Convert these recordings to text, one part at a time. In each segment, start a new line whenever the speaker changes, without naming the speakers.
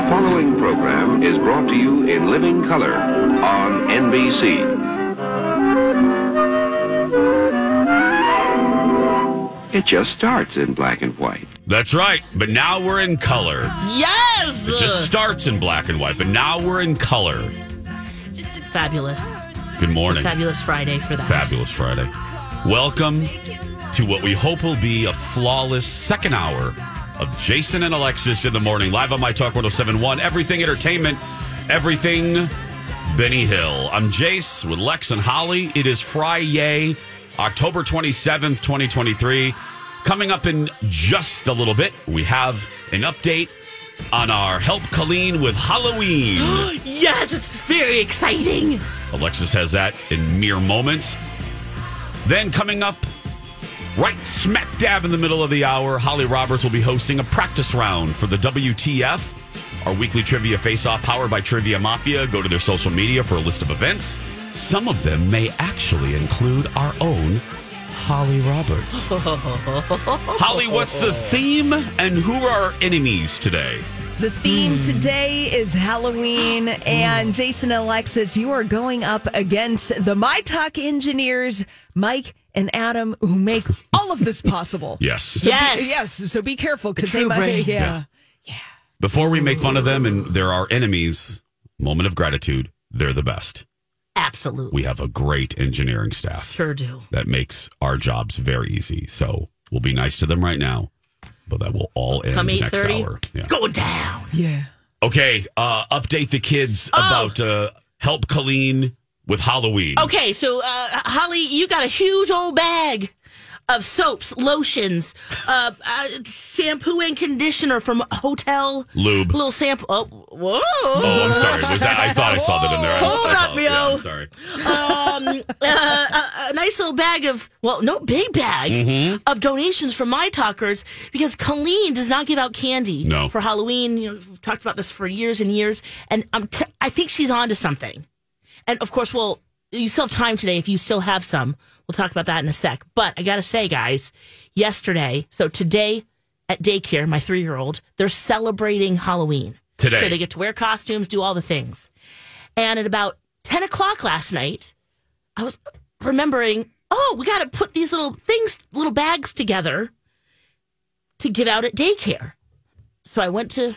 The following program is brought to you in living color on NBC. It just starts in black and white.
That's right. But now we're in color.
Yes!
It just starts in black and white, but now we're in color.
fabulous.
Good morning.
Fabulous Friday for that.
Fabulous Friday. Welcome to what we hope will be a flawless second hour of Jason and Alexis in the morning, live on My Talk 1071, everything entertainment, everything Benny Hill. I'm Jace with Lex and Holly. It is Friday, October 27th, 2023. Coming up in just a little bit, we have an update on our Help Colleen with Halloween.
Yes, it's very exciting.
Alexis has that in mere moments. Then coming up, right smack dab in the middle of the hour, Holly Roberts will be hosting a practice round for the WTF, our weekly trivia face-off powered by Trivia Mafia. Go to their social media for a list of events. Some of them may actually include our own Holly Roberts. Holly, what's the theme and who are our enemies today?
The theme
Hmm.
today is Halloween, and Jason and Alexis, you are going up against the My Talk engineers, Mike and Adam, who make all of this possible.
Yes.
Yes.
Yes, so be careful because
true
they might.
brains.
Yeah.
Before we make fun of them and they're our enemies, moment of gratitude, they're the best.
Absolutely.
we have a great engineering staff
sure do.
that makes our jobs very easy. So we'll be nice to them right now, but that will all end
Come
next
8:30.
hour. Yeah.
Going down.
Yeah.
Okay, uh, update the
Oh.
kids about uh, help Colleen with Halloween.
Okay, so uh, Holly, you got a huge old bag of soaps, lotions, uh, uh, shampoo and conditioner from hotel.
Lube.
Little sample. Oh, whoa.
Oh, I'm sorry. Was that, I thought I saw that in there. I-
Hold
I
up,
apologize. Yeah,
yo.
I'm sorry.
um, uh, a, a nice little bag of, well, no, big bag of donations from my talkers because Colleen does not give out candy
No.
for Halloween. You know, we've talked about this for years and years, and I'm t- I think she's on to something. And of course, well, you still have time today if you still have some. We'll talk about that in a sec. But I got to say, guys, yesterday, so today at daycare, my three year old, they're celebrating Halloween.
Today.
So they get to wear costumes, do all the things. And at about 10 o'clock last night, I was remembering, oh, we got to put these little things, little bags together to give out at daycare. So I went to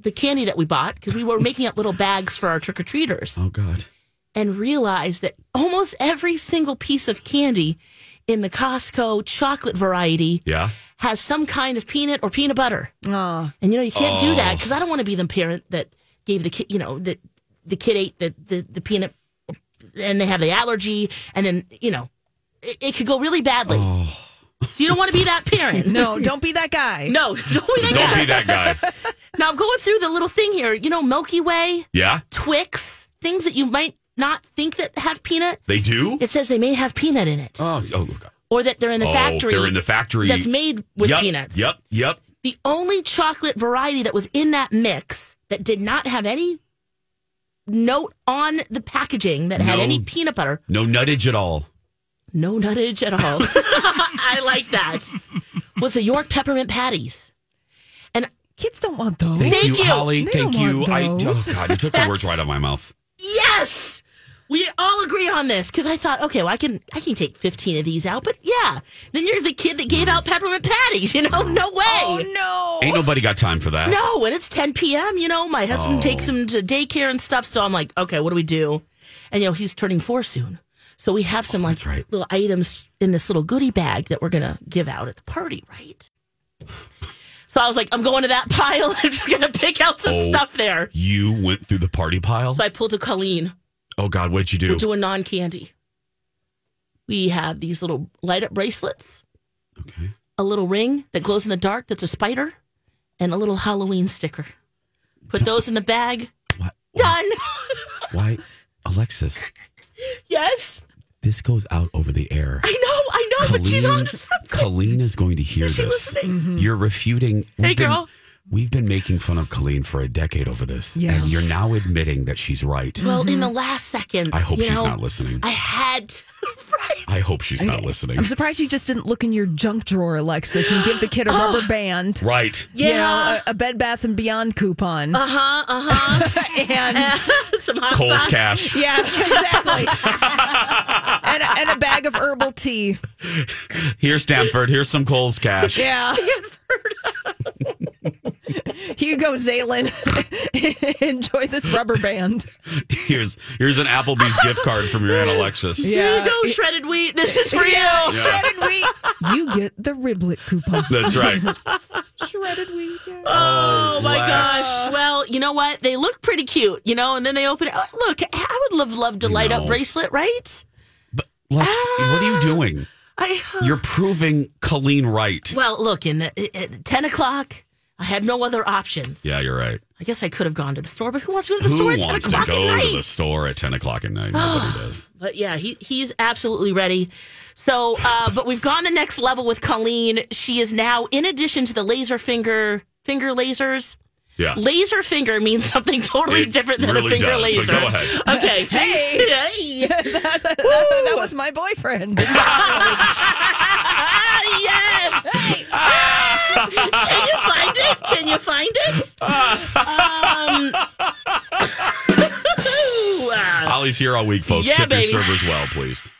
the candy that we bought because we were making up little bags for our trick or treaters
Oh, God.
and realized that almost every single piece of candy in the Costco chocolate variety
Yeah?
has some kind of peanut or peanut butter.
Oh,
And you know, you can't
Oh.
do that because I don't want to be the parent that gave the kid, you know, that the kid ate the, the, the peanut and they have the allergy and then, you know, it, it could go really badly.
Oh.
So you don't want to be that parent.
no, don't be that guy.
No, don't be that
Don't
guy.
be that guy.
Now I'm going through the little thing here, you know, Milky Way,
Yeah?
Twix, things that you might not think that have peanut.
They do?
It says they may have peanut in it
Oh, oh, God.
or that they're in a
oh
factory
they're in the factory.
that's made with
yep,
peanuts.
Yep, yep.
the only chocolate variety that was in that mix that did not have any note on the packaging that had
No.
any peanut butter,
No nuttage at all.
no nuttage at all. I like that. Was the York peppermint patties. And
Kids don't want those.
Thank,
Thank
you,
you.
Holly.
They
Thank
don't
you.
want
I, oh
those.
God, you took the words right out of my mouth.
yes, We all agree on this because I thought, okay, well, I can I can take fifteen of these out, but yeah, then you're the kid that gave out peppermint patties. You know, no way.
Oh
Ain't nobody got time for that.
No, and it's 10 p.m. You know, my husband takes him to daycare and stuff. So I'm like, okay, what do we do? And, you know, he's turning four soon. So we have some like little items in this little goodie bag that we're going to give out at the party, right? So I was like, I'm going to that pile. I'm just going to pick out some
Oh.
stuff there.
You went through the party pile.
So I pulled a Colleen.
oh God, what'd you do?
We're doing non candy. We have these little light up bracelets,
okay.
a little ring that glows in the dark that's a spider, and a little Halloween sticker. Put those in the bag.
What?
Done.
Why, Alexis?
Yes.
This goes out over the air.
I know, I know, but she's on to something.
Colleen is going to hear
Is she
this. Mm-hmm.
listening?
You're refuting.
Hey,
been-
girl.
We've been making fun of Colleen for a decade over this,
Yeah.
and you're now admitting that she's right.
Well, in the last seconds.
I hope
you
she's
know,
not listening.
I had to- right.
I hope she's not listening.
I'm surprised you just didn't look in your junk drawer, Alexis, and give the kid a rubber band.
right.
you know,
Yeah.
a, a Bed Bath and Beyond coupon.
Uh huh. Uh huh.
and
Some hot
Cole's
sauce.
cash.
yeah, exactly. and, a, and a bag of herbal tea.
Here's Stanford. Here's some Cole's cash.
Yeah. Hugo Zalen, enjoy this rubber band.
Here's here's an Applebee's gift card from your aunt Alexis.
Here you go, shredded wheat. This is for you.
Shredded wheat. You get the riblet coupon.
That's right.
Shredded wheat.
Oh my
Lex.
gosh. Well, you know what? They look pretty cute, you know, and then they open it. Oh, Look, I would love loved a light
know.
up bracelet, right?
But Lex, what are you
Ah.
doing?
I uh,
You're proving Colleen right.
Well, look, in the at 10 o'clock, I had no other options.
Yeah, you're right.
I guess I could have gone to the store, but who wants to go to the store
Who
at 10
wants to
o'clock at
go
night? Ah.
to the store at ten o'clock at night? Nobody does.
But yeah, he, he's absolutely ready. So, uh, but we've gone the next level with Colleen. She is now, in addition to the laser finger, finger lasers,
Yeah.
laser finger means something totally
It
different than
really
a finger
does, but
laser.
go ahead.
Okay. Hey.
Oh, that was my boyfriend.
yes. Can you find it? Can you find it? Um,
Ollie's here all week, folks.
Yeah,
Tip
baby.
your servers well, please.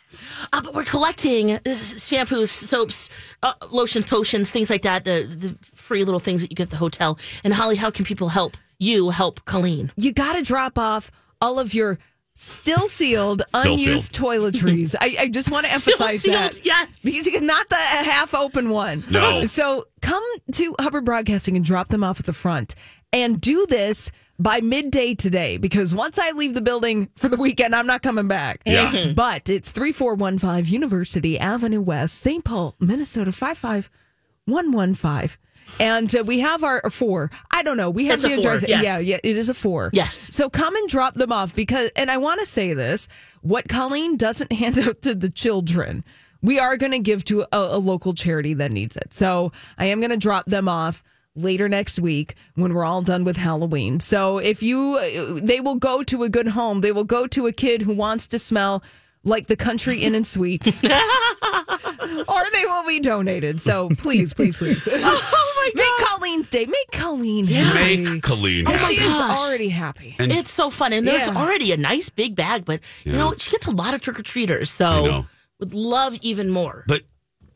Uh, but we're collecting uh, shampoos, soaps, uh, lotions, potions, things like that. The the free little things that you get at the hotel. And Holly, how can people help you help Colleen?
you got to drop off all of your still sealed,
Still
unused toiletries. I, I just want to emphasize
sealed,
that.
yes.
Because you- not the half open one.
No.
So come to Hubbard Broadcasting and drop them off at the front and do this by midday today because once I leave the building for the weekend, I'm not coming back.
Yeah. Mhm.
But it's 3415 University Avenue West, St. Paul, Minnesota 55115. And uh, we have our four. I don't know. We
It's
have
a
the
four,
address.
yes.
Yeah, yeah, it is a four.
Yes.
So come and drop them off because, and I want to say this what Colleen doesn't hand out to the children, we are going to give to a, a local charity that needs it. So I am going to drop them off later next week when we're all done with Halloween. So if you, they will go to a good home, they will go to a kid who wants to smell like the country inn and suites or they will be donated so please please please oh my god make colleen's day make colleen happy.
Make Colleen.
Oh,
And she is
gosh.
already happy.
And-
It's so fun, and there's
Yeah.
already a nice big bag. But you know, she gets a lot of trick or
I
treaters, so
know.
would love even more.
but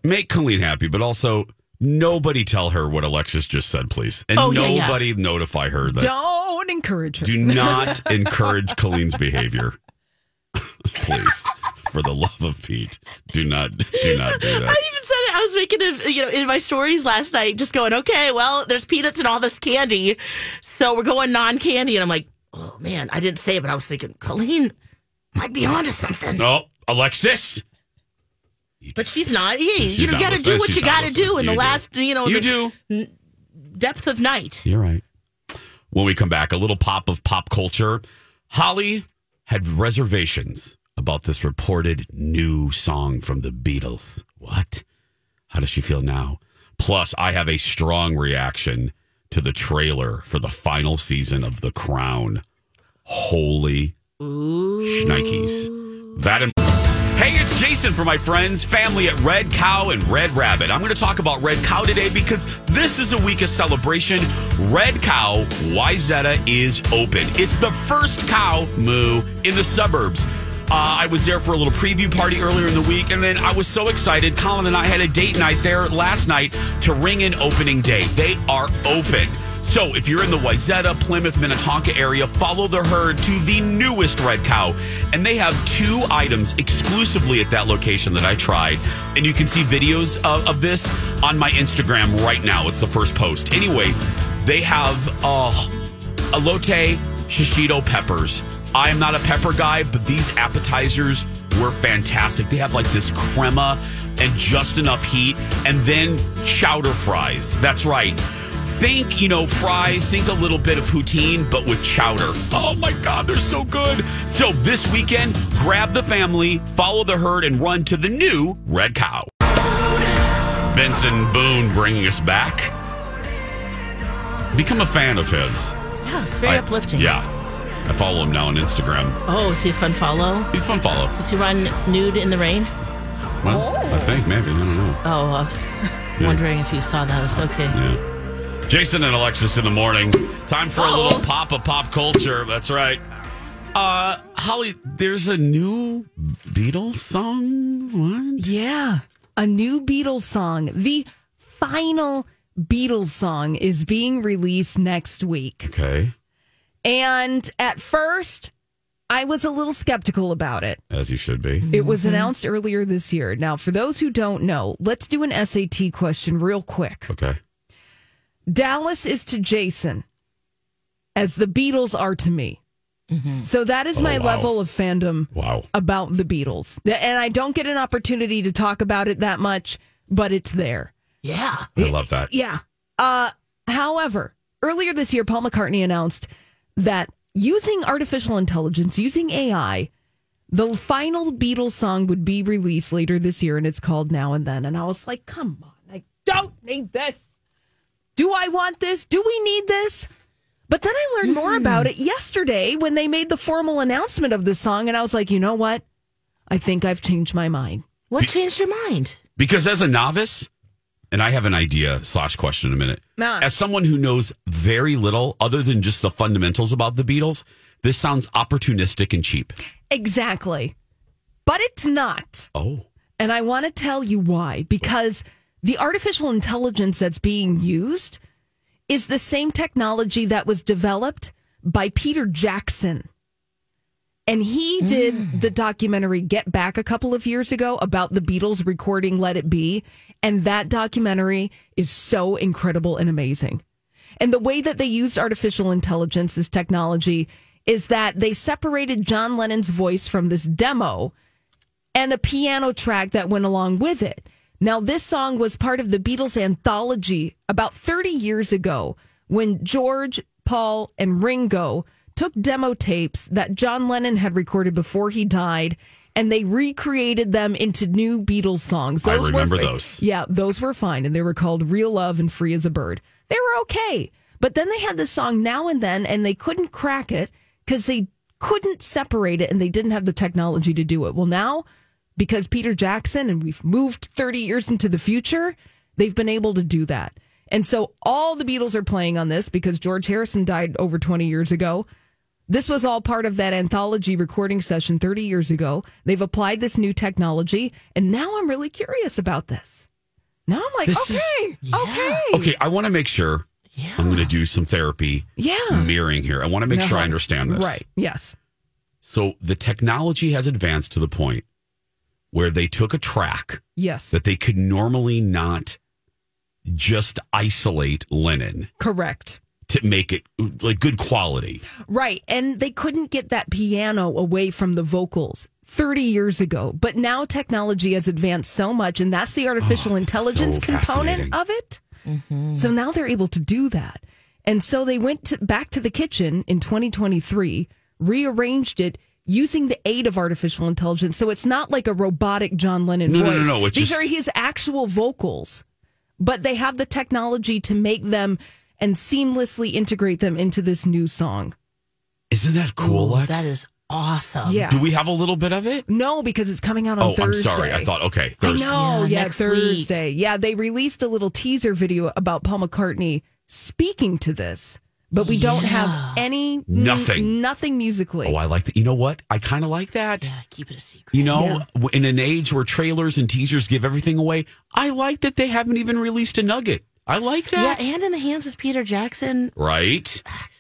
make Colleen happy, but also nobody tell her what Alexis just said, please. And
Oh, yeah, yeah.
nobody notify her that
Don't encourage her.
do not encourage Colleen's behavior. please. For the love of Pete. Do not do not do that.
I even said it. I was making it, you know, in my stories last night, just going, okay, well, there's peanuts and all this candy. So we're going non candy. And I'm like, oh, man, I didn't say it, but I was thinking, Colleen might be onto something.
No, Oh, Alexis.
But she's not. Yeah,
She's
you
not
got to
listening.
do what
She's
you
not
got to
listening.
do in
You
the
do.
last, you know,
You
the
do.
depth of night.
You're right. When we come back, a little pop of pop culture. Holly had reservations about this reported new song from the Beatles. What? How does she feel now? Plus, I have a strong reaction to the trailer for the final season of The Crown. Holy shnikes. That and Hey, it's Jason for my friends, family at Red Cow and Red Rabbit. I'm going to talk about Red Cow today because this is a week of celebration. Red Cow Wyzetta is open. It's the first cow moo in the suburbs. Uh, I was there for a little preview party earlier in the week, and then I was so excited. Colin and I had a date night there last night to ring in opening day. They are open. So if you're in the Wayzata, Plymouth, Minnetonka area, follow the herd to the newest Red Cow. And they have two items exclusively at that location that I tried. And you can see videos of, of this on my Instagram right now. It's the first post. Anyway, they have uh, elote shishito peppers. I am not a pepper guy, but these appetizers were fantastic. They have like this crema and just enough heat, and then chowder fries. That's right. Think, you know, fries, think a little bit of poutine, but with chowder. Oh my God, they're so good. So this weekend, grab the family, follow the herd, and run to the new Red Cow. Benson Boone bringing us back. Become a fan of his.
Yeah, it's very
I-
uplifting.
Yeah. I follow him now on Instagram.
Oh, is he a fun follow?
He's a fun follow.
Does he run nude in the rain?
Well, I think maybe. I don't know.
Oh, I was wondering if you saw that. It's okay.
Yeah. Jason and Alexis in the morning. Time for a
Oh.
little pop of pop culture. That's right. Uh Holly, there's a new Beatles song. What?
Yeah. A new Beatles song, the final Beatles song, is being released next week.
Okay.
And at first, I was a little skeptical about it.
As you should be.
It was announced earlier this year. Now, for those who don't know, let's do an SAT question real quick.
Okay.
Dallas is to Jason as the Beatles are to me. So that is
Oh,
my
wow.
level of fandom
Wow.
about the Beatles. And I don't get an opportunity to talk about it that much, but it's there.
Yeah.
I love that.
Yeah. Uh, however, earlier this year, Paul McCartney announced that using artificial intelligence, using AI, the final Beatles song would be released later this year, and it's called Now and Then. And I was like, come on, I don't need this. Do I want this? Do we need this? But then I learned more about it yesterday when they made the formal announcement of this song, and I was like, you know what? I think I've changed my mind.
What changed your mind?
Because as a novice, and I have an idea slash question in a minute.
Nah.
As someone who knows very little other than just the fundamentals about the Beatles, this sounds opportunistic and cheap.
Exactly. But it's not.
Oh.
And I want to tell you why. Because the artificial intelligence that's being used is the same technology that was developed by Peter Jackson. And he did the documentary Get Back a couple of years ago about the Beatles recording Let It Be. And that documentary is so incredible and amazing. And the way that they used artificial intelligence, this technology, is that they separated John Lennon's voice from this demo and a piano track that went along with it. Now, this song was part of the Beatles anthology about 30 years ago when George, Paul, and Ringo took demo tapes that John Lennon had recorded before he died and they recreated them into new Beatles songs.
I
were
remember
fi-
those.
Yeah, those were fine and they were called Real Love and Free as a Bird. They were okay. But then they had this song now and then and they couldn't crack it because they couldn't separate it and they didn't have the technology to do it. Well, now because Peter Jackson and we've moved 30 years into the future, they've been able to do that. And so all the Beatles are playing on this because George Harrison died over 20 years ago. This was all part of that anthology recording session 30 years ago. They've applied this new technology, and now I'm really curious about this. Now I'm like,
This is-
okay, okay,
Okay, I want to make sure I'm going to do some therapy
yeah,
mirroring here. I want to make sure I understand this.
right, yes,
So the technology has advanced to the point where they took a track
yes,
that they could normally not just isolate linen
correct.
to make it like good quality.
Right. And they couldn't get that piano away from the vocals 30 years ago. But now technology has advanced so much, and that's the artificial intelligence
Oh, fascinating.
component of it. So now they're able to do that. And so they went to, back to the kitchen in 2023, rearranged it using the aid of artificial intelligence. So it's not like a robotic John Lennon
No, no, no,
voice.
no, it's
These
just-
are his actual vocals but they have the technology to make them and seamlessly integrate them into this new song.
Isn't that cool,
Ooh,
Lex?
That is awesome.
Yeah.
Um, Do we have a little bit of it?
No, because it's coming out on
oh,
Thursday.
I'm sorry. I thought okay,
I
Thursday.
know.
Yeah,
Yeah,
next
Thursday. Yeah, they released a little teaser video about Paul McCartney speaking to this. but we don't have any mm,
Nothing.
nothing musically.
Oh, I like that. You know what? I kind of like that.
Yeah, keep it a secret.
You know, w in an age where trailers and teasers give everything away, I like that they haven't even released a nugget. I like
Yeah,
that.
and in the hands of Peter Jackson.
right?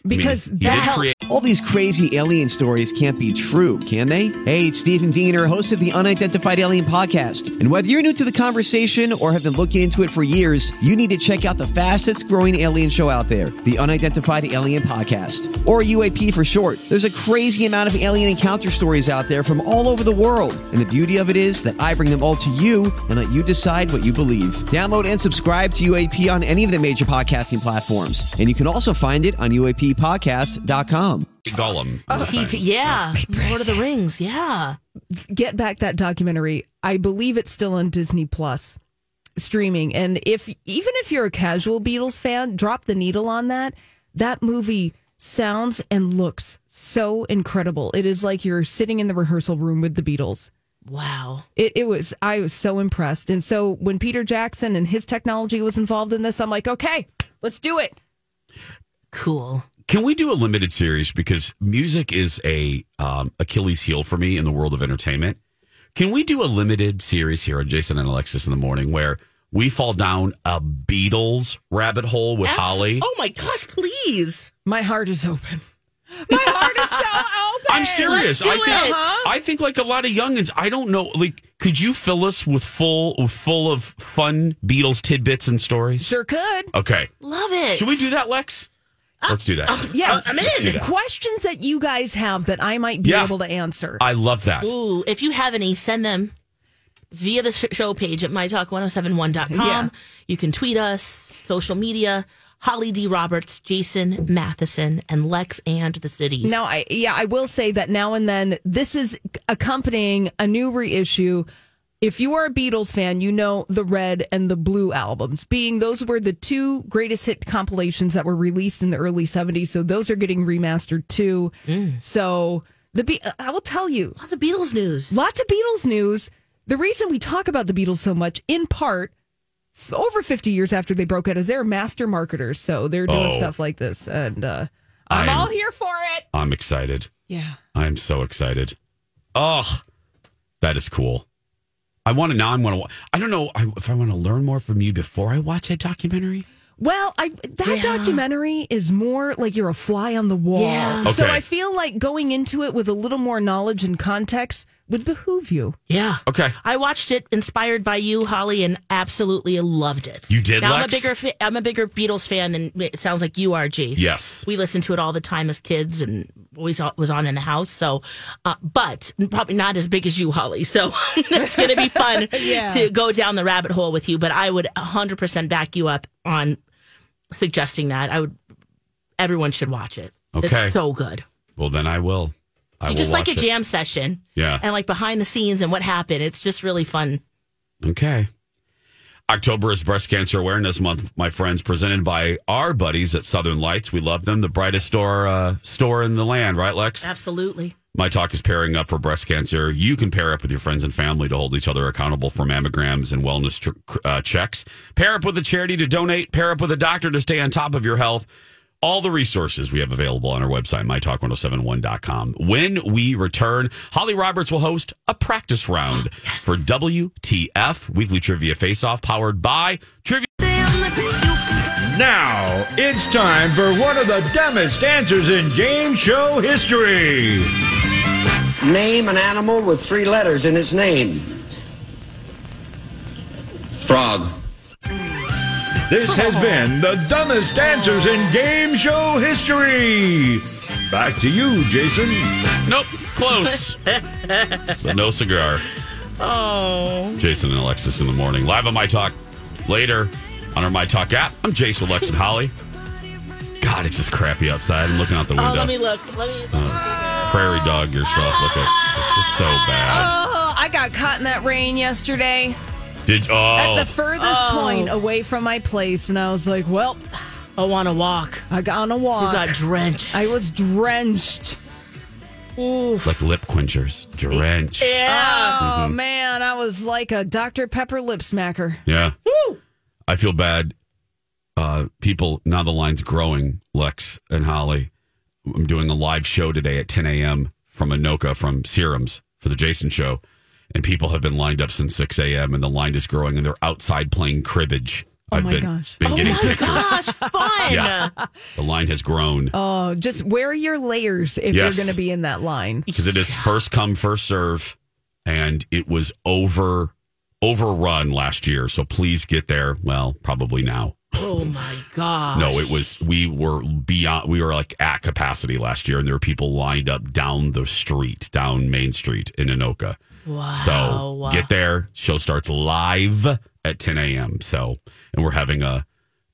Because
I mean, he
that
did
helps.
create
All these crazy alien stories can't be true, can they? Hey, it's Stephen Diener, host of the Unidentified Alien Podcast. And whether you're new to the conversation or have been looking into it for years, you need to check out the fastest growing alien show out there, the Unidentified Alien Podcast, or UAP for short. There's a crazy amount of alien encounter stories out there from all over the world. And the beauty of it is that I bring them all to you and let you decide what you believe. Download and subscribe to UAP on any of the major podcasting platforms. And you can also find it on UAPpodcast.com.
Gollum.
He t- yeah, Lord of the Rings. Yeah,
get back that documentary. I believe it's still on Disney Plus streaming. And if even if you're a casual Beatles fan, drop the needle on that. That movie sounds and looks so incredible. It is like you're sitting in the rehearsal room with the Beatles.
wow.
It, it was I was so impressed. And so when Peter Jackson and his technology was involved in this, I'm like, okay, let's do it.
Cool.
Can we do a limited series because music is a um, Achilles heel for me in the world of entertainment? Can we do a limited series here on Jason and Alexis in the morning where we fall down a Beatles rabbit hole with
Abs-
Holly?
Oh my gosh, please.
My heart is open. My heart is so open.
I'm serious.
do
I think
it.
I think like a lot of youngins. I don't know. Like, could you fill us with full full of fun Beatles tidbits and stories?
Sure could.
Okay,
Love it.
can we do that, Lex? Let's do that.
Uh,
Yeah,
oh, I'm in.
Let's do that.
questions that you guys have that I might be
Yeah.
able to answer.
I love that.
Ooh, if you have any, send them via the sh- show page at mytalk1071.com.
Yeah.
You can tweet us, social media, Holly D. Roberts, Jason Matheson, and Lex and the Cities.
now, I yeah, I will say that now and then this is accompanying a new reissue. If you are a Beatles fan, you know the Red and the Blue albums, being those were the two greatest hit compilations that were released in the early '70s. So those are getting remastered too. So the Be- I will tell you,
Lots of Beatles news.
Lots of Beatles news. The reason we talk about the Beatles so much, in part, f- over 50 years after they broke out, is they're master marketers. So they're doing
Oh.
stuff like this. And uh, I'm,
I'm-
all here for it.
I'm excited.
Yeah.
I'm so excited. Oh, that is cool. I want to now. I want to. I don't know I- if I want to learn more from you before I watch that documentary.
Well, I that documentary is more like you're a fly on the wall.
Yeah.
So
Okay.
I feel like going into it with a little more knowledge and context would behoove you.
yeah.
Okay.
I watched it inspired by you, Holly, and absolutely loved it.
You did,
Now,
Lex?
I'm a bigger fa- I'm a bigger Beatles fan than it sounds like you are, Jace.
Yes.
we listened to it all the time as kids, and always o- was on in the house. So, uh, but probably not as big as you, Holly. So it's going to be fun to go down the rabbit hole with you. But I would 100 percent back you up on suggesting that. I would. Everyone should watch it.
Okay.
it's so good.
Well, then I will. I will
Just like
watch
a
it.
jam session.
Yeah.
And like behind the scenes and what happened. It's just really fun.
Okay. October is Breast Cancer Awareness Month, my friends, presented by our buddies at Southern Lights. We love them, the brightest store uh, store in the land, right, Lex?
Absolutely.
My talk is pairing up for breast cancer. You can pair up with your friends and family to hold each other accountable for mammograms and wellness tr- uh, checks. Pair up with a charity to donate. Pair up with a doctor to stay on top of your health. All the resources we have available on our website, mytalk1071.com. When we return, Holly Roberts will host a practice round for WTF Weekly Trivia Face Off, powered by Trivia.
Now it's time for one of the dumbest answers in game show history.
Name an animal with three letters in its name. Frog.
This has been the dumbest answers in game show history. Back to you, Jason.
Nope, close. so no cigar.
Oh.
Jason and Alexis in the morning, live on My Talk. Later on our My Talk app. I'm Jason with Lex and Holly. God, it's just crappy outside. I'm looking out the
Oh,
window.
let me look. Let me look.
Prairie dog yourself. Look at it's just so bad.
Oh, I got caught in that rain yesterday
Did
at
oh
the furthest point away from my place. And I was like, well,
I want to walk.
I got on a
You
walk.
got drenched.
I was drenched.
like lip quenchers drenched.
yeah.
Oh
Mm-hmm.
man, I was like a Dr. Pepper lip smacker.
Yeah. I feel bad uh, people now the line's growing. Lex and Holly, I'm doing a live show today at 10 a.m. from Anoka from Serums for the Jason Show, and people have been lined up since 6 a.m. and the line is growing, and they're outside playing cribbage.
Oh
I've
my
been,
gosh.
been
Oh
getting
my
pictures.
gosh, fun.
Yeah. The line has grown
Oh, just wear your layers if
Yes.
you're going to be in that line.
because it is first come first serve, and it was over overrun last year. So please get there. Well, probably now.
Oh my god.
No, it was we were beyond we were like at capacity last year and there were people lined up down the street, down Main Street in Anoka. So
Wow.
get there. Show starts live at 10 a.m. So and we're having a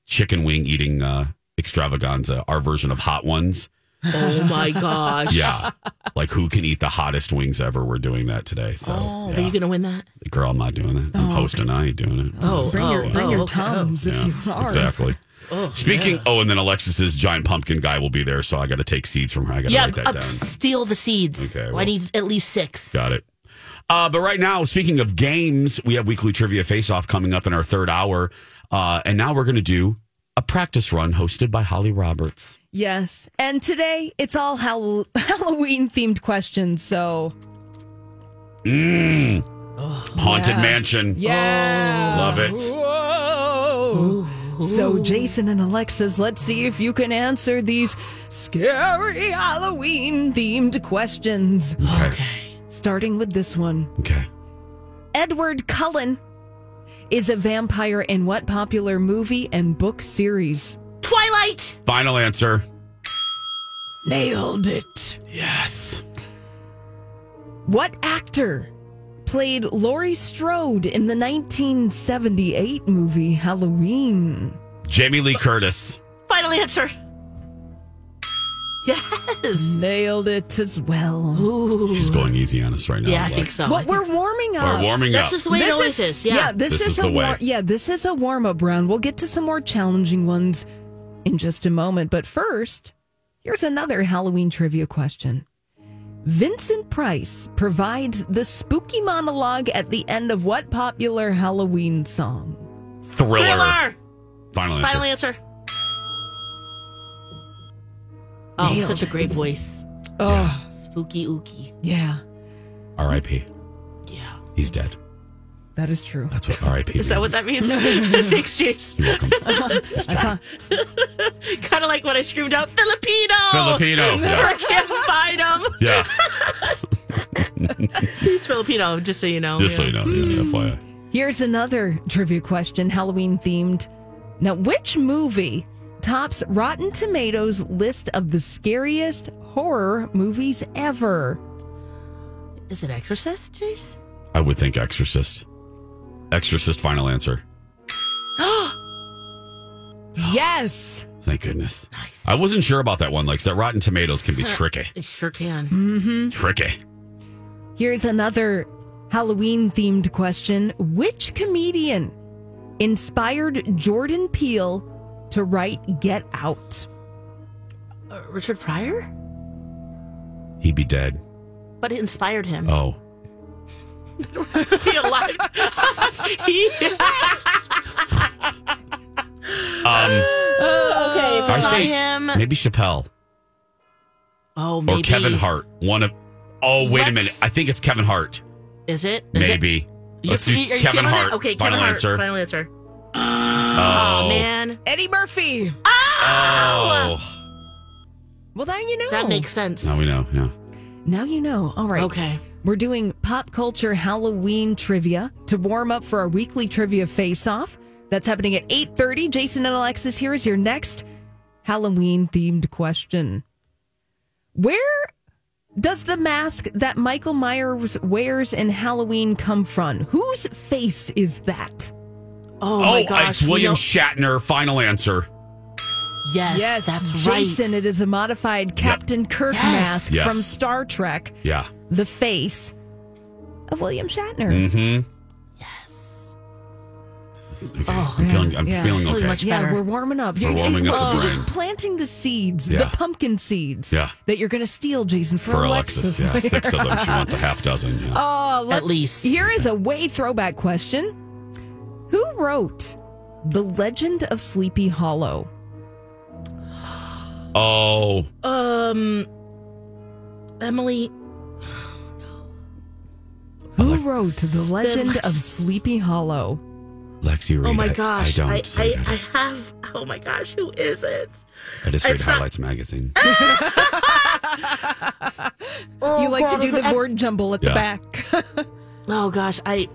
chicken wing eating uh extravaganza, our version of hot ones.
oh my gosh.
Yeah. like who can eat the hottest wings ever? We're doing that today. So
Are
yeah.
you gonna win that?
girl, I'm not doing that. I'm hosting, I ain't doing it.
Oh,
So-
Bring your
oh,
bring your
oh, okay.
tums if you are.
Exactly. Speaking. Oh, and then Alexis's giant pumpkin guy will be there, so I got to take seeds from her. I got to
Yeah,
write that
uh,
down.
steal the seeds.
Okay,
Well, I
well-
need at least six.
Got it. Uh, but right now, speaking of games, we have weekly trivia face-off coming up in our third hour, uh, and now we're going to do a practice run hosted by Holly Roberts.
Yes. And today it's all Hall- Halloween themed questions. So,
Mm. Haunted
yeah.
Mansion. Oh.
yeah.
Love it.
Whoa. So, Jason and Alexis, let's see if you can answer these scary Halloween themed questions.
Okay.
Starting with this one
Okay.
Edward Cullen is a vampire in what popular movie and book series?
Twilight.
Final answer.
Nailed it.
Yes.
What actor played Laurie Strode in the 1978 movie Halloween?
Jamie Lee Curtis.
Final answer. Yes.
Nailed it as well.
Ooh.
She's going easy on us right now.
Yeah, I
Lex.
think so. I
What
think
we're
so.
warming up.
We're warming
That's
up.
just the way it always is. Yeah.
this, is, a
the way.
war- yeah, this is a warm up round. We'll get to some more challenging ones in just a moment, but first, here's another Halloween trivia question. Vincent Price provides the spooky monologue at the end of what popular Halloween song?
Thriller.
Thriller.
Final answer.
Final answer. Oh,
Nailed
such a great
it.
voice.
Oh,
Spooky ooky.
yeah.
Oh.
R.I.P.
Yeah.
He's dead.
That is true.
That's what R.I.P.
Is that what
means.
that means? Thanks, Jace.
You're welcome.
Kind of like when I screamed out, Filipino.
Filipino. Yeah.
Never can find him.
yeah.
He's Filipino, just so you know.
Just so
Yeah.
you know. Yeah, FYI.
Here's another trivia question, Halloween themed. Now, which movie tops Rotten Tomatoes' list of the scariest horror movies ever?
Is it Exorcist, Jace?
I would think Exorcist. Exorcist final answer.
Yes.
Thank goodness. Nice. I wasn't sure about that one, like 'cause that Rotten Tomatoes can be tricky.
It sure
Hmm.
can.
tricky.
Here's another Halloween themed question. Which comedian inspired Jordan Peele to write Get Out?
Uh, Richard Pryor?
He'd be dead.
But it inspired him
Oh.
to be alive. He-
Um
okay, if
I
it's not
say-
him.
maybe Chappelle.
Oh,
Or
maybe.
Kevin Hart. One of Oh, wait a
Let's-
minute. I think it's Kevin Hart.
Is it? Is it-
Maybe.
You-
Let's do
you- are you
Kevin
feeling it?
Hart.
Okay,
final
Kevin Hart.
answer.
Final answer.
oh,
Oh, man.
Eddie Murphy.
Oh.
Well, now you know.
That makes sense.
Now we know. Yeah.
Now you know. All right.
Okay.
We're doing pop culture Halloween trivia to warm up for our weekly trivia face-off. That's happening at 8:30. Jason and Alexis, here is your next Halloween themed question. Where does the mask that Michael Myers wears in Halloween come from? Whose face is that?
Oh,
Oh,
my gosh.
it's
we
William
know-
Shatner. Final answer.
Yes, that's right.
Jason, it is a modified Captain Kirk
Yes.
mask
Yes.
from Star Trek,
Yeah.
the face of William Shatner.
Mm-hmm. Yes. Okay.
Oh,
I'm feeling. I'm
yeah.
feeling
Really
okay.
much-
Yeah,
better.
we're warming up.
We're warming up the
you're
brain.
just planting the seeds,
Yeah.
the pumpkin seeds
Yeah.
that you're going to steal, Jason, for,
for
Alexis.
Alexis. Yeah, six of them. She wants a half dozen. Yeah.
Oh, let-
At least.
Here is a way throwback question. Who wrote The Legend of Sleepy Hollow.
Oh,
Um, Emily,
Who wrote The Legend of Sleepy Hollow?
Lexi, read
oh my
it.
gosh,
I don't.
I,
so
I,
you gotta-
I have. Oh my gosh, who is it?
I just read
it's not-
Highlights Magazine.
Oh,
you like
God,
to do
is
the
it Em-
word jumble at
Yeah.
the back.
Oh gosh, I,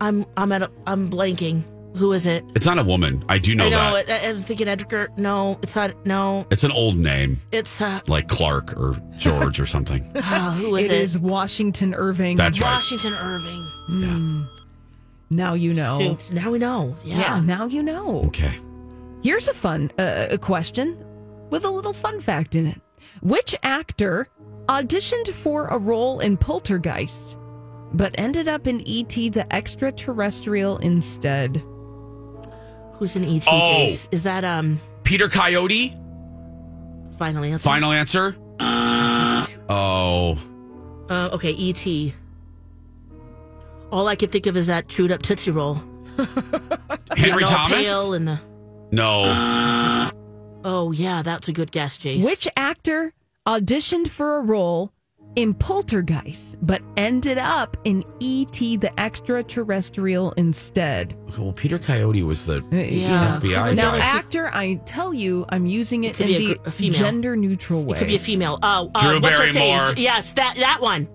I'm I'm at a, I'm blanking. Who is it?
It's not a woman. I do know,
I know.
that.
it- I, I'm thinking Edgar. No, it's not. No,
It's an old name,
it's uh.
like Clark or George or something.
Oh, who is
it
it?
is Washington Irving.
That's right.
Washington Irving.
now you know.
Shoot, now we know.
Yeah,
Yeah.
now you know.
Okay.
Here's a fun uh, a question with a little fun fact in it. Which actor auditioned for a role in Poltergeist but ended up in ET the extraterrestrial instead?
Who's E an ET?
Oh.
Jace? Is that um?
Peter Coyote.
Final answer.
Final answer. Oh,
Uh, okay, ET. All I could think of is that chewed up tootsie roll.
Henry
And all
Thomas.
Pale and the.
No,
Oh yeah, that's a good guess, Jace.
Which actor auditioned for a role in Poltergeist but ended up in ET the extraterrestrial instead?
Okay, well, Peter Coyote was the
Uh,
Yeah.
FBI
Now,
guy.
actor, I tell you, I'm using it,
could
in
be a
the
gr- a female.
gender neutral way.
It could be a female. Oh, uh,
Drew
what's her
Barrymore.
face? Yes, that that one.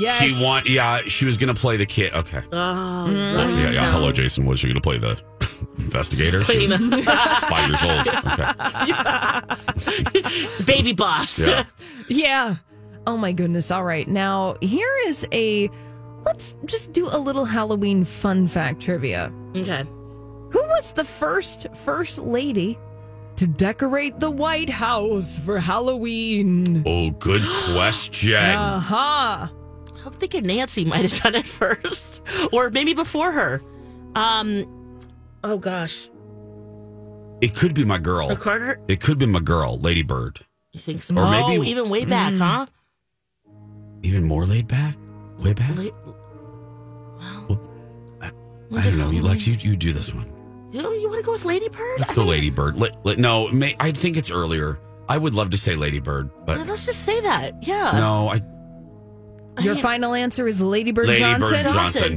yes.
She want, yeah, she was gonna play the kid. Okay.
Oh,
Yeah, yeah.
no.
Hello, Jason. Was she gonna play the investigator? She was
Clean.
five years old. Okay.
baby boss.
Yeah.
Yeah. Oh my goodness. All right. Now, here is a let's just do a little Halloween fun fact trivia.
okay.
Who was the first first lady to decorate the White House for Halloween?
Oh, good question.
Aha.
I'm thinking Nancy might have done it first, or maybe before her. Um. Oh gosh,
It could be my girl.
a Carter.
It could be my girl, Lady Bird.
You think so?
Oh. Or
oh,
maybe- Mm.
even way back, huh?
Even more laid back. Way back.
Late,
I don't know. You, Lex, you you do this one.
You, know, you want to go with Lady Bird?
Let's
I
go,
mean,
Lady Bird. Let, let- no, may, I think it's earlier. I would love to say Lady Bird, but
Let's just say that. uh, Yeah.
no, I
Oh,
Your final answer is Lady Bird
Lady Bird
Johnson.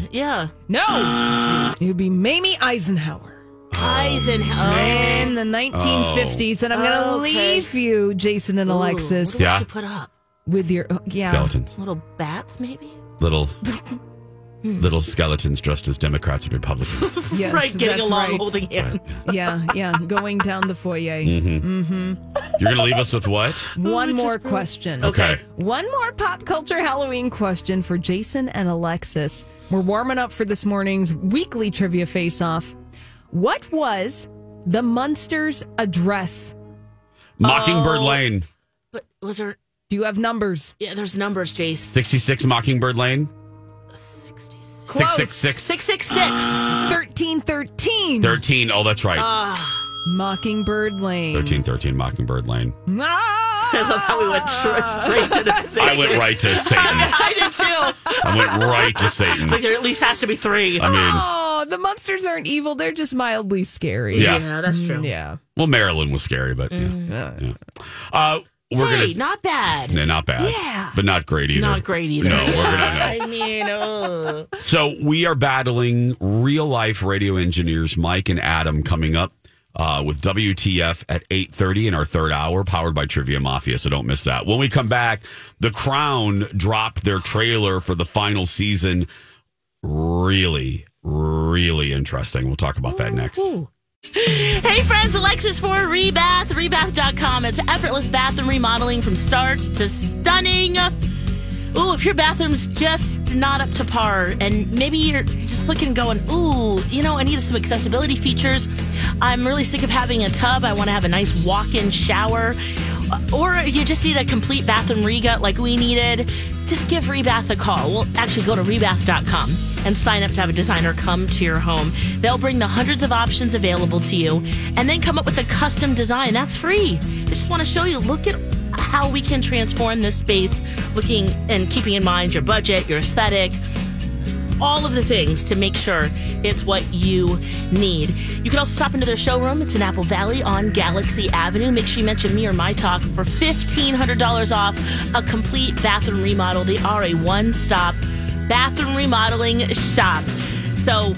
Johnson.
Yeah.
No. It would be Mamie Eisenhower.
Um,
Eisenhower.
In the 1950s, and I'm going to
Oh, Okay.
leave you, Jason and
Ooh, Oh, what
Alexis,
do we
Yeah.
should put up?
with your oh, yeah.
skeletons.
Little bats, maybe?
Little
Hmm.
little skeletons dressed as Democrats and Republicans.
Yes,
right, getting
that's
along,
right.
holding hands.
yeah, yeah. Going down the foyer.
You're gonna leave us with what?
One more question.
Okay.
One more pop culture Halloween question for Jason and Alexis. We're warming up for this morning's weekly trivia face off. What was the Munsters address?
Mockingbird
Oh.
Lane,
But was there?
Do you have numbers?
Yeah, there's numbers, Jace.
66 Mockingbird Lane,
Close.
666,
Six six six.
1313
13. Oh, that's right.
Um,
Mockingbird Lane.
1313 Mockingbird Lane.
Ah!
I love how we went short, straight to the six.
I went right to Satan.
I did too.
I went right to Satan.
It's like there at least has to be three.
I mean,
Oh, the Munsters aren't evil. They're just mildly scary. Mm,
yeah.
that's true.
Yeah.
Well, Marilyn was scary, but yeah. yeah. Uh, we're
hey,
gonna
not bad.
Nah, not bad.
Yeah.
But not great either.
Not great either.
No, we're gonna know.
I mean, oh.
So we are battling real life radio engineers Mike and Adam coming up uh, with WTF at eight thirty in our third hour, powered by Trivia Mafia. So don't miss that. When we come back, The Crown dropped their trailer for the final season. Really, really interesting. We'll talk about that next.
Hey friends, Alexis for Rebath, rebath.com. It's effortless bathroom remodeling from start to stunning. Ooh, if your bathroom's just not up to par and maybe you're just looking going, ooh, you know, I need some accessibility features. I'm really sick of having a tub. I want to have a nice walk-in shower. Or you just need a complete bathroom regut like we needed. Just give Rebath a call. Well, actually go to rebath.com and sign up to have a designer come to your home. They'll bring the hundreds of options available to you and then come up with a custom design. That's free. They just want to show you, look at how we can transform this space, looking and keeping in mind your budget, your aesthetic, all of the things to make sure it's what you need. You can also stop into their showroom. It's in Apple Valley on Galaxy Avenue. Make sure you mention me or my talk for $1,500 off a complete bathroom remodel. They are a one stop bathroom remodeling shop. So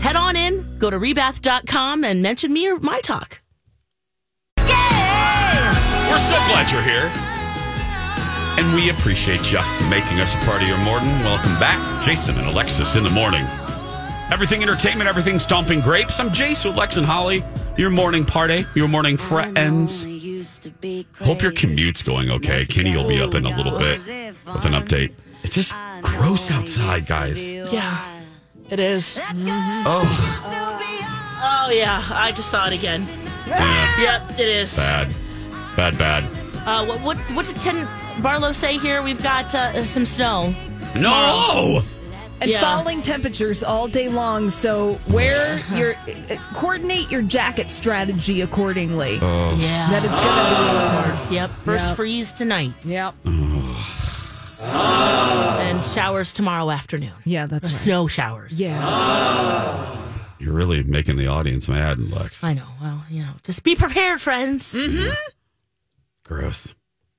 head on in, go to rebath.com and mention me or my talk.
We're so glad you're here. And we appreciate you making us a part of your morning. Welcome back, Jason and Alexis in the morning. Everything entertainment, everything stomping grapes. I'm Jace with Lex and Holly. Your morning party, your morning friends. Hope your commute's going okay. Kenny will be up in a little bit with an update. It's just gross outside, guys.
Yeah, it is.
Oh,
Oh, yeah, I just saw it again.
yeah,
Yep, it is.
bad, bad, bad.
Uh, what, what, what did Ken Barlow say here? We've got uh, some snow.
No,
and
Yeah.
falling temperatures all day long. So wear your uh, coordinate your jacket strategy accordingly.
Oh.
Yeah.
That it's gonna be
Yep. First
Yep.
freeze tonight
Yep.
and showers tomorrow afternoon.
Yeah, that's right.
Snow showers.
Yeah.
you're really making the audience mad, Lex.
I know. Well, you know, just be prepared, friends.
Mm-hmm. Gross.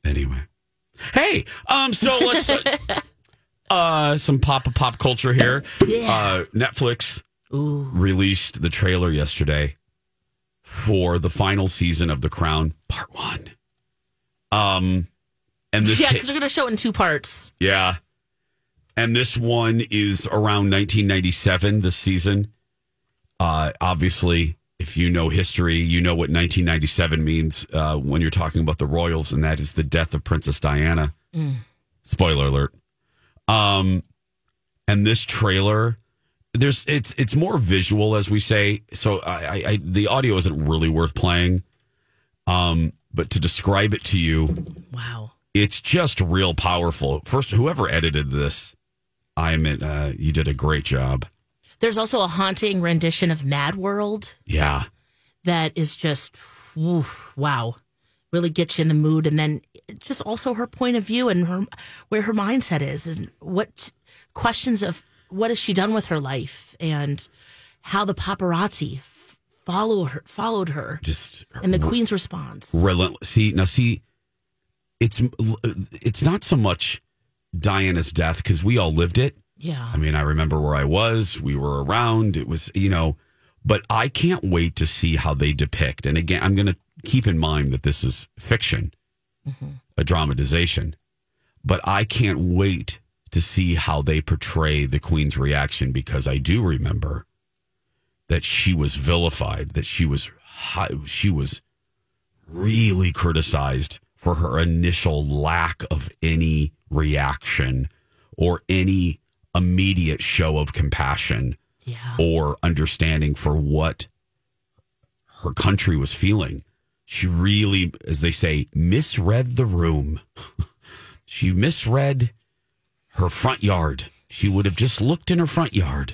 Anyway. Hey, um, so let's uh some pop of pop culture here. Uh Netflix released the trailer yesterday for the final season of The Crown, part one. Um and this
Yeah,
ta-
because they're going to show it in two parts.
yeah. And this one is around 1997 this season. Uh, obviously, if you know history, you know what 1997 means uh, when you're talking about the royals, and that is the death of Princess Diana. Spoiler alert. Um, and this trailer, there's it's it's more visual, as we say. So I, I, I the audio isn't really worth playing. Um, but to describe it to you,
Wow.
it's just real powerful. First, whoever edited this, I mean, uh, you did a great job.
There's also a haunting rendition of Mad World
Yeah,
that is just, whew, wow, really gets you in the mood. And then just also her point of view and her where her mindset is and what questions of what has she done with her life and how the paparazzi f- follow her, followed her.
just
and the queen's response.
relentless. See now, see, it's it's not so much Diana's death because we all lived it.
Yeah.
I mean, I remember where I was. We were around. It was, you know, but I can't wait to see how they depict. And again, I'm going to keep in mind that this is fiction, a dramatization, but I can't wait to see how they portray the Queen's reaction because I do remember that she was vilified, that she was hi- she was really criticized for her initial lack of any reaction or any immediate show of compassion
Yeah.
or understanding for what her country was feeling. She really, as they say, misread the room. she misread her front yard. She would have just looked in her front yard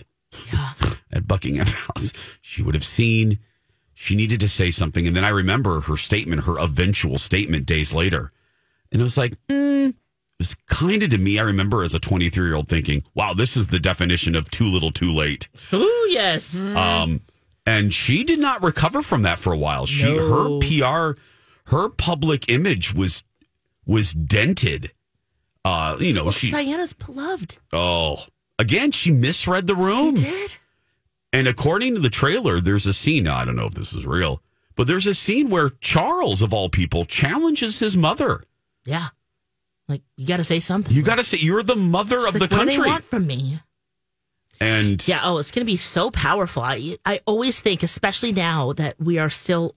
Yeah.
at Buckingham House. She would have seen she needed to say something. And then I remember her statement, her eventual statement days later. And it was like, mm. it was kind of to me. I remember as a 23 year old thinking, wow, this is the definition of too little, too late.
Ooh, yes.
Um, and she did not recover from that for a while. She her PR, her public image was was dented. Uh, you know, she
Diana's beloved.
oh again she misread the room.
Did?
And according to the trailer, there's a scene. Now, I don't know if this is real, but there's a scene where Charles, of all people, challenges his mother.
Yeah. Like, you got to say something.
You got to say, you're the mother
It's
of the
like, What do
country.
they want from me?
And
Yeah. Oh, it's going to be so powerful. I, I always think, especially now that we are still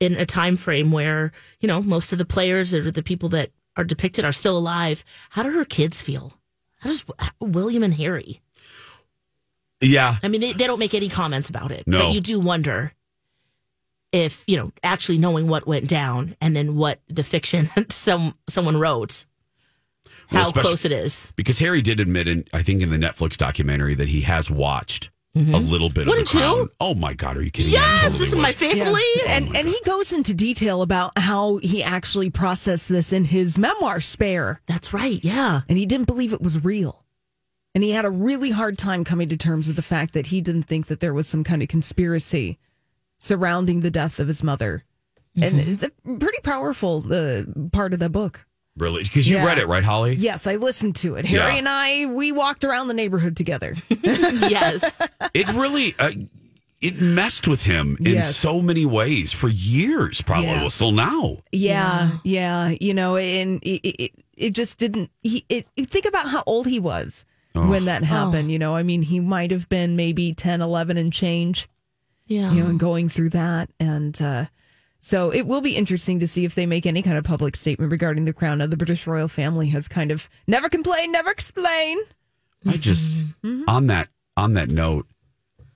in a time frame where, you know, most of the players or the people that are depicted are still alive. How do her kids feel? How does uh, William and Harry?
yeah,
I mean, they, they don't make any comments about it.
No.
But you do wonder if, you know, actually knowing what went down and then what the fiction that some someone wrote,
Well,
how
especially-
close it is.
because Harry did admit, in, I think in the Netflix documentary, that he has watched a little bit of
Wouldn't
the Crown.
Mm-hmm. you?
Oh my God, are you kidding? me? I
Yes,
totally
this is
would.
my family.
And and he goes into detail about how he actually processed this in his memoir Spare,
That's right. Yeah.
and he didn't believe it was real. And he had a really hard time coming to terms with the fact that he didn't think that there was some kind of conspiracy surrounding the death of his mother. And it's a pretty powerful uh, part of the book.
Really? Because you
Yeah.
read it, right, Holly?
Yes, I listened to it. Harry
Yeah.
and I, we walked around the neighborhood together.
yes.
It really. Uh, it messed with him in
Yes.
so many ways for years, probably.
Yeah.
Well, still now.
Yeah, yeah, you know, and it, it, it just didn't. He it, it- think about how old he was when that happened. You know, I mean, he might have been maybe 10, 11 and change.
Yeah.
You know, and going through that, and uh, so it will be interesting to see if they make any kind of public statement regarding the crown. Now, the British royal family has kind of never complain, never explain.
I just on that on that note,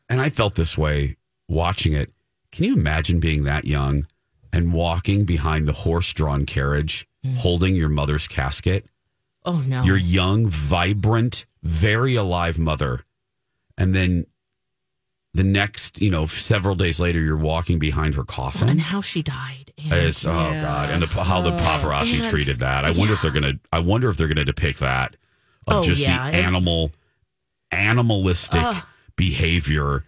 and I felt this way watching it. Can you imagine being that young and walking behind the horse-drawn carriage, holding your mother's casket?
Oh no.
your young, vibrant, very alive mother, and then the next, you know, several days later, you're walking behind her
and
coffin.
how she died. And
It's, oh god, and the, how the paparazzi
Oh, And-
treated that. I wonder if they're gonna. I wonder if they're gonna depict that of
Oh,
just
yeah.
the animal, animalistic behavior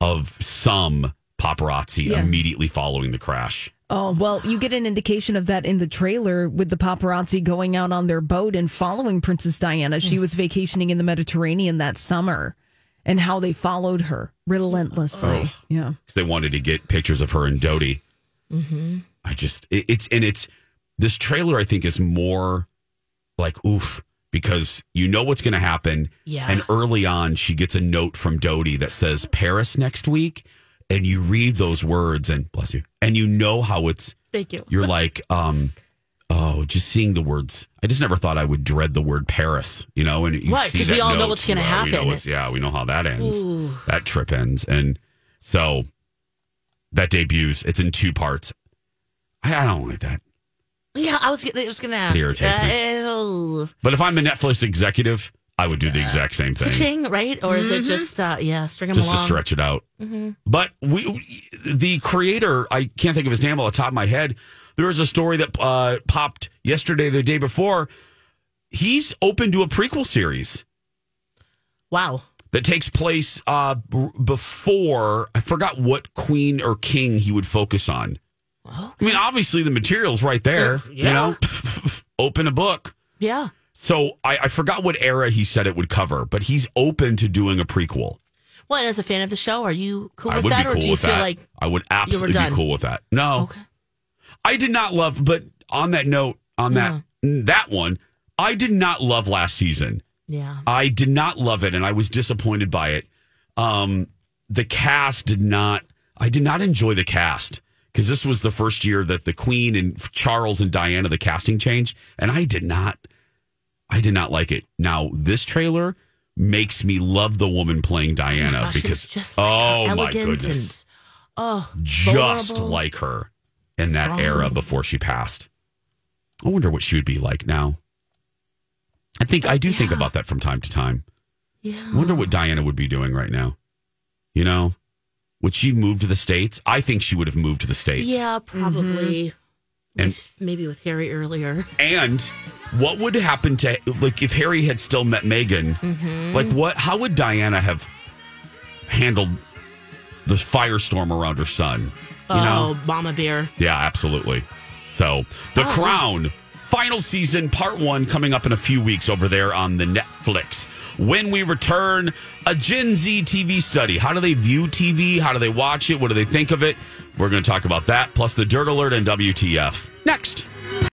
of some paparazzi
Yeah.
immediately following the crash.
Oh, well, you get an indication of that in the trailer with the paparazzi going out on their boat and following Princess Diana. She was vacationing in the Mediterranean that summer and how they followed her relentlessly. Yeah.
'Cause they wanted to get pictures of her and Dodie.
Mm-hmm.
I just it, it's and it's this trailer. I think is more like oof because you know what's going to happen.
Yeah.
And early on, she gets a note from Dodie that says Paris next week, and you read those words and bless you, and you know how it's.
Thank you.
You're like, um, oh, just seeing the words. I just never thought I would dread the word Paris, you know. And you
Right,
see
'cause we
that
all know
note,
what's gonna
you know, we know
happen.
what's- yeah, we know how that ends.
Ooh.
That trip ends, and so that debuts. It's in two parts. I, I don't like that.
Yeah, I was. gonna- I was gonna ask.
It irritates me.
Uh,
But if I'm a Netflix executive, I would do the exact same thing,
Thing, right? Or is it just uh, yeah, string them
just to
along?
stretch it out. But we, the creator, I can't think of his name off the top of my head. There was a story that uh, popped yesterday, the day before. He's open to a prequel series
Wow.
that takes place uh, b- before I forgot what queen or king he would focus on. I mean, obviously the material's right there. You know, open a book.
Yeah.
So I, I forgot what era he said it would cover, but he's open to doing a prequel.
Well, and as a fan of the show, are you cool
I
with
would
that,
be
or do
cool
you
with
feel
that. Oh.
like
I would absolutely be
done?
cool with that. No,
okay?
I did not love. But on that note, on that that one, I did not love last season.
Yeah.
I did not love it, and I was disappointed by it. Um, the cast did not. I did not enjoy the cast because this was the first year that the Queen and Charles and Diana the casting changed, and I did not. I did not like it. Now this trailer makes me love the woman playing Diana
Gosh, she
because
was just like,
oh
how
my
elegant
goodness,
and- oh,
just
vulnerable.
like her in that era before she passed. I wonder what she would be like now. I think I do think about that from time to time.
yeah.
I wonder what Diana would be doing right now. You know, would she move to the states? I think she would have moved to the states.
Yeah, probably.
And-
With- maybe with Harry earlier.
And what would happen to like if Harry had still met Megan?
Mm-hmm.
Like what? How would Diana have handled the firestorm around her son? You know,
oh, Mama Bear.
Yeah, absolutely. So, The Crown, final season, part one, coming up in a few weeks over there on the Netflix. When we return, a Gen Z TV study. How do they view TV? How do they watch it? What do they think of it? We're going to talk about that, plus the Dirt Alert and WTF next.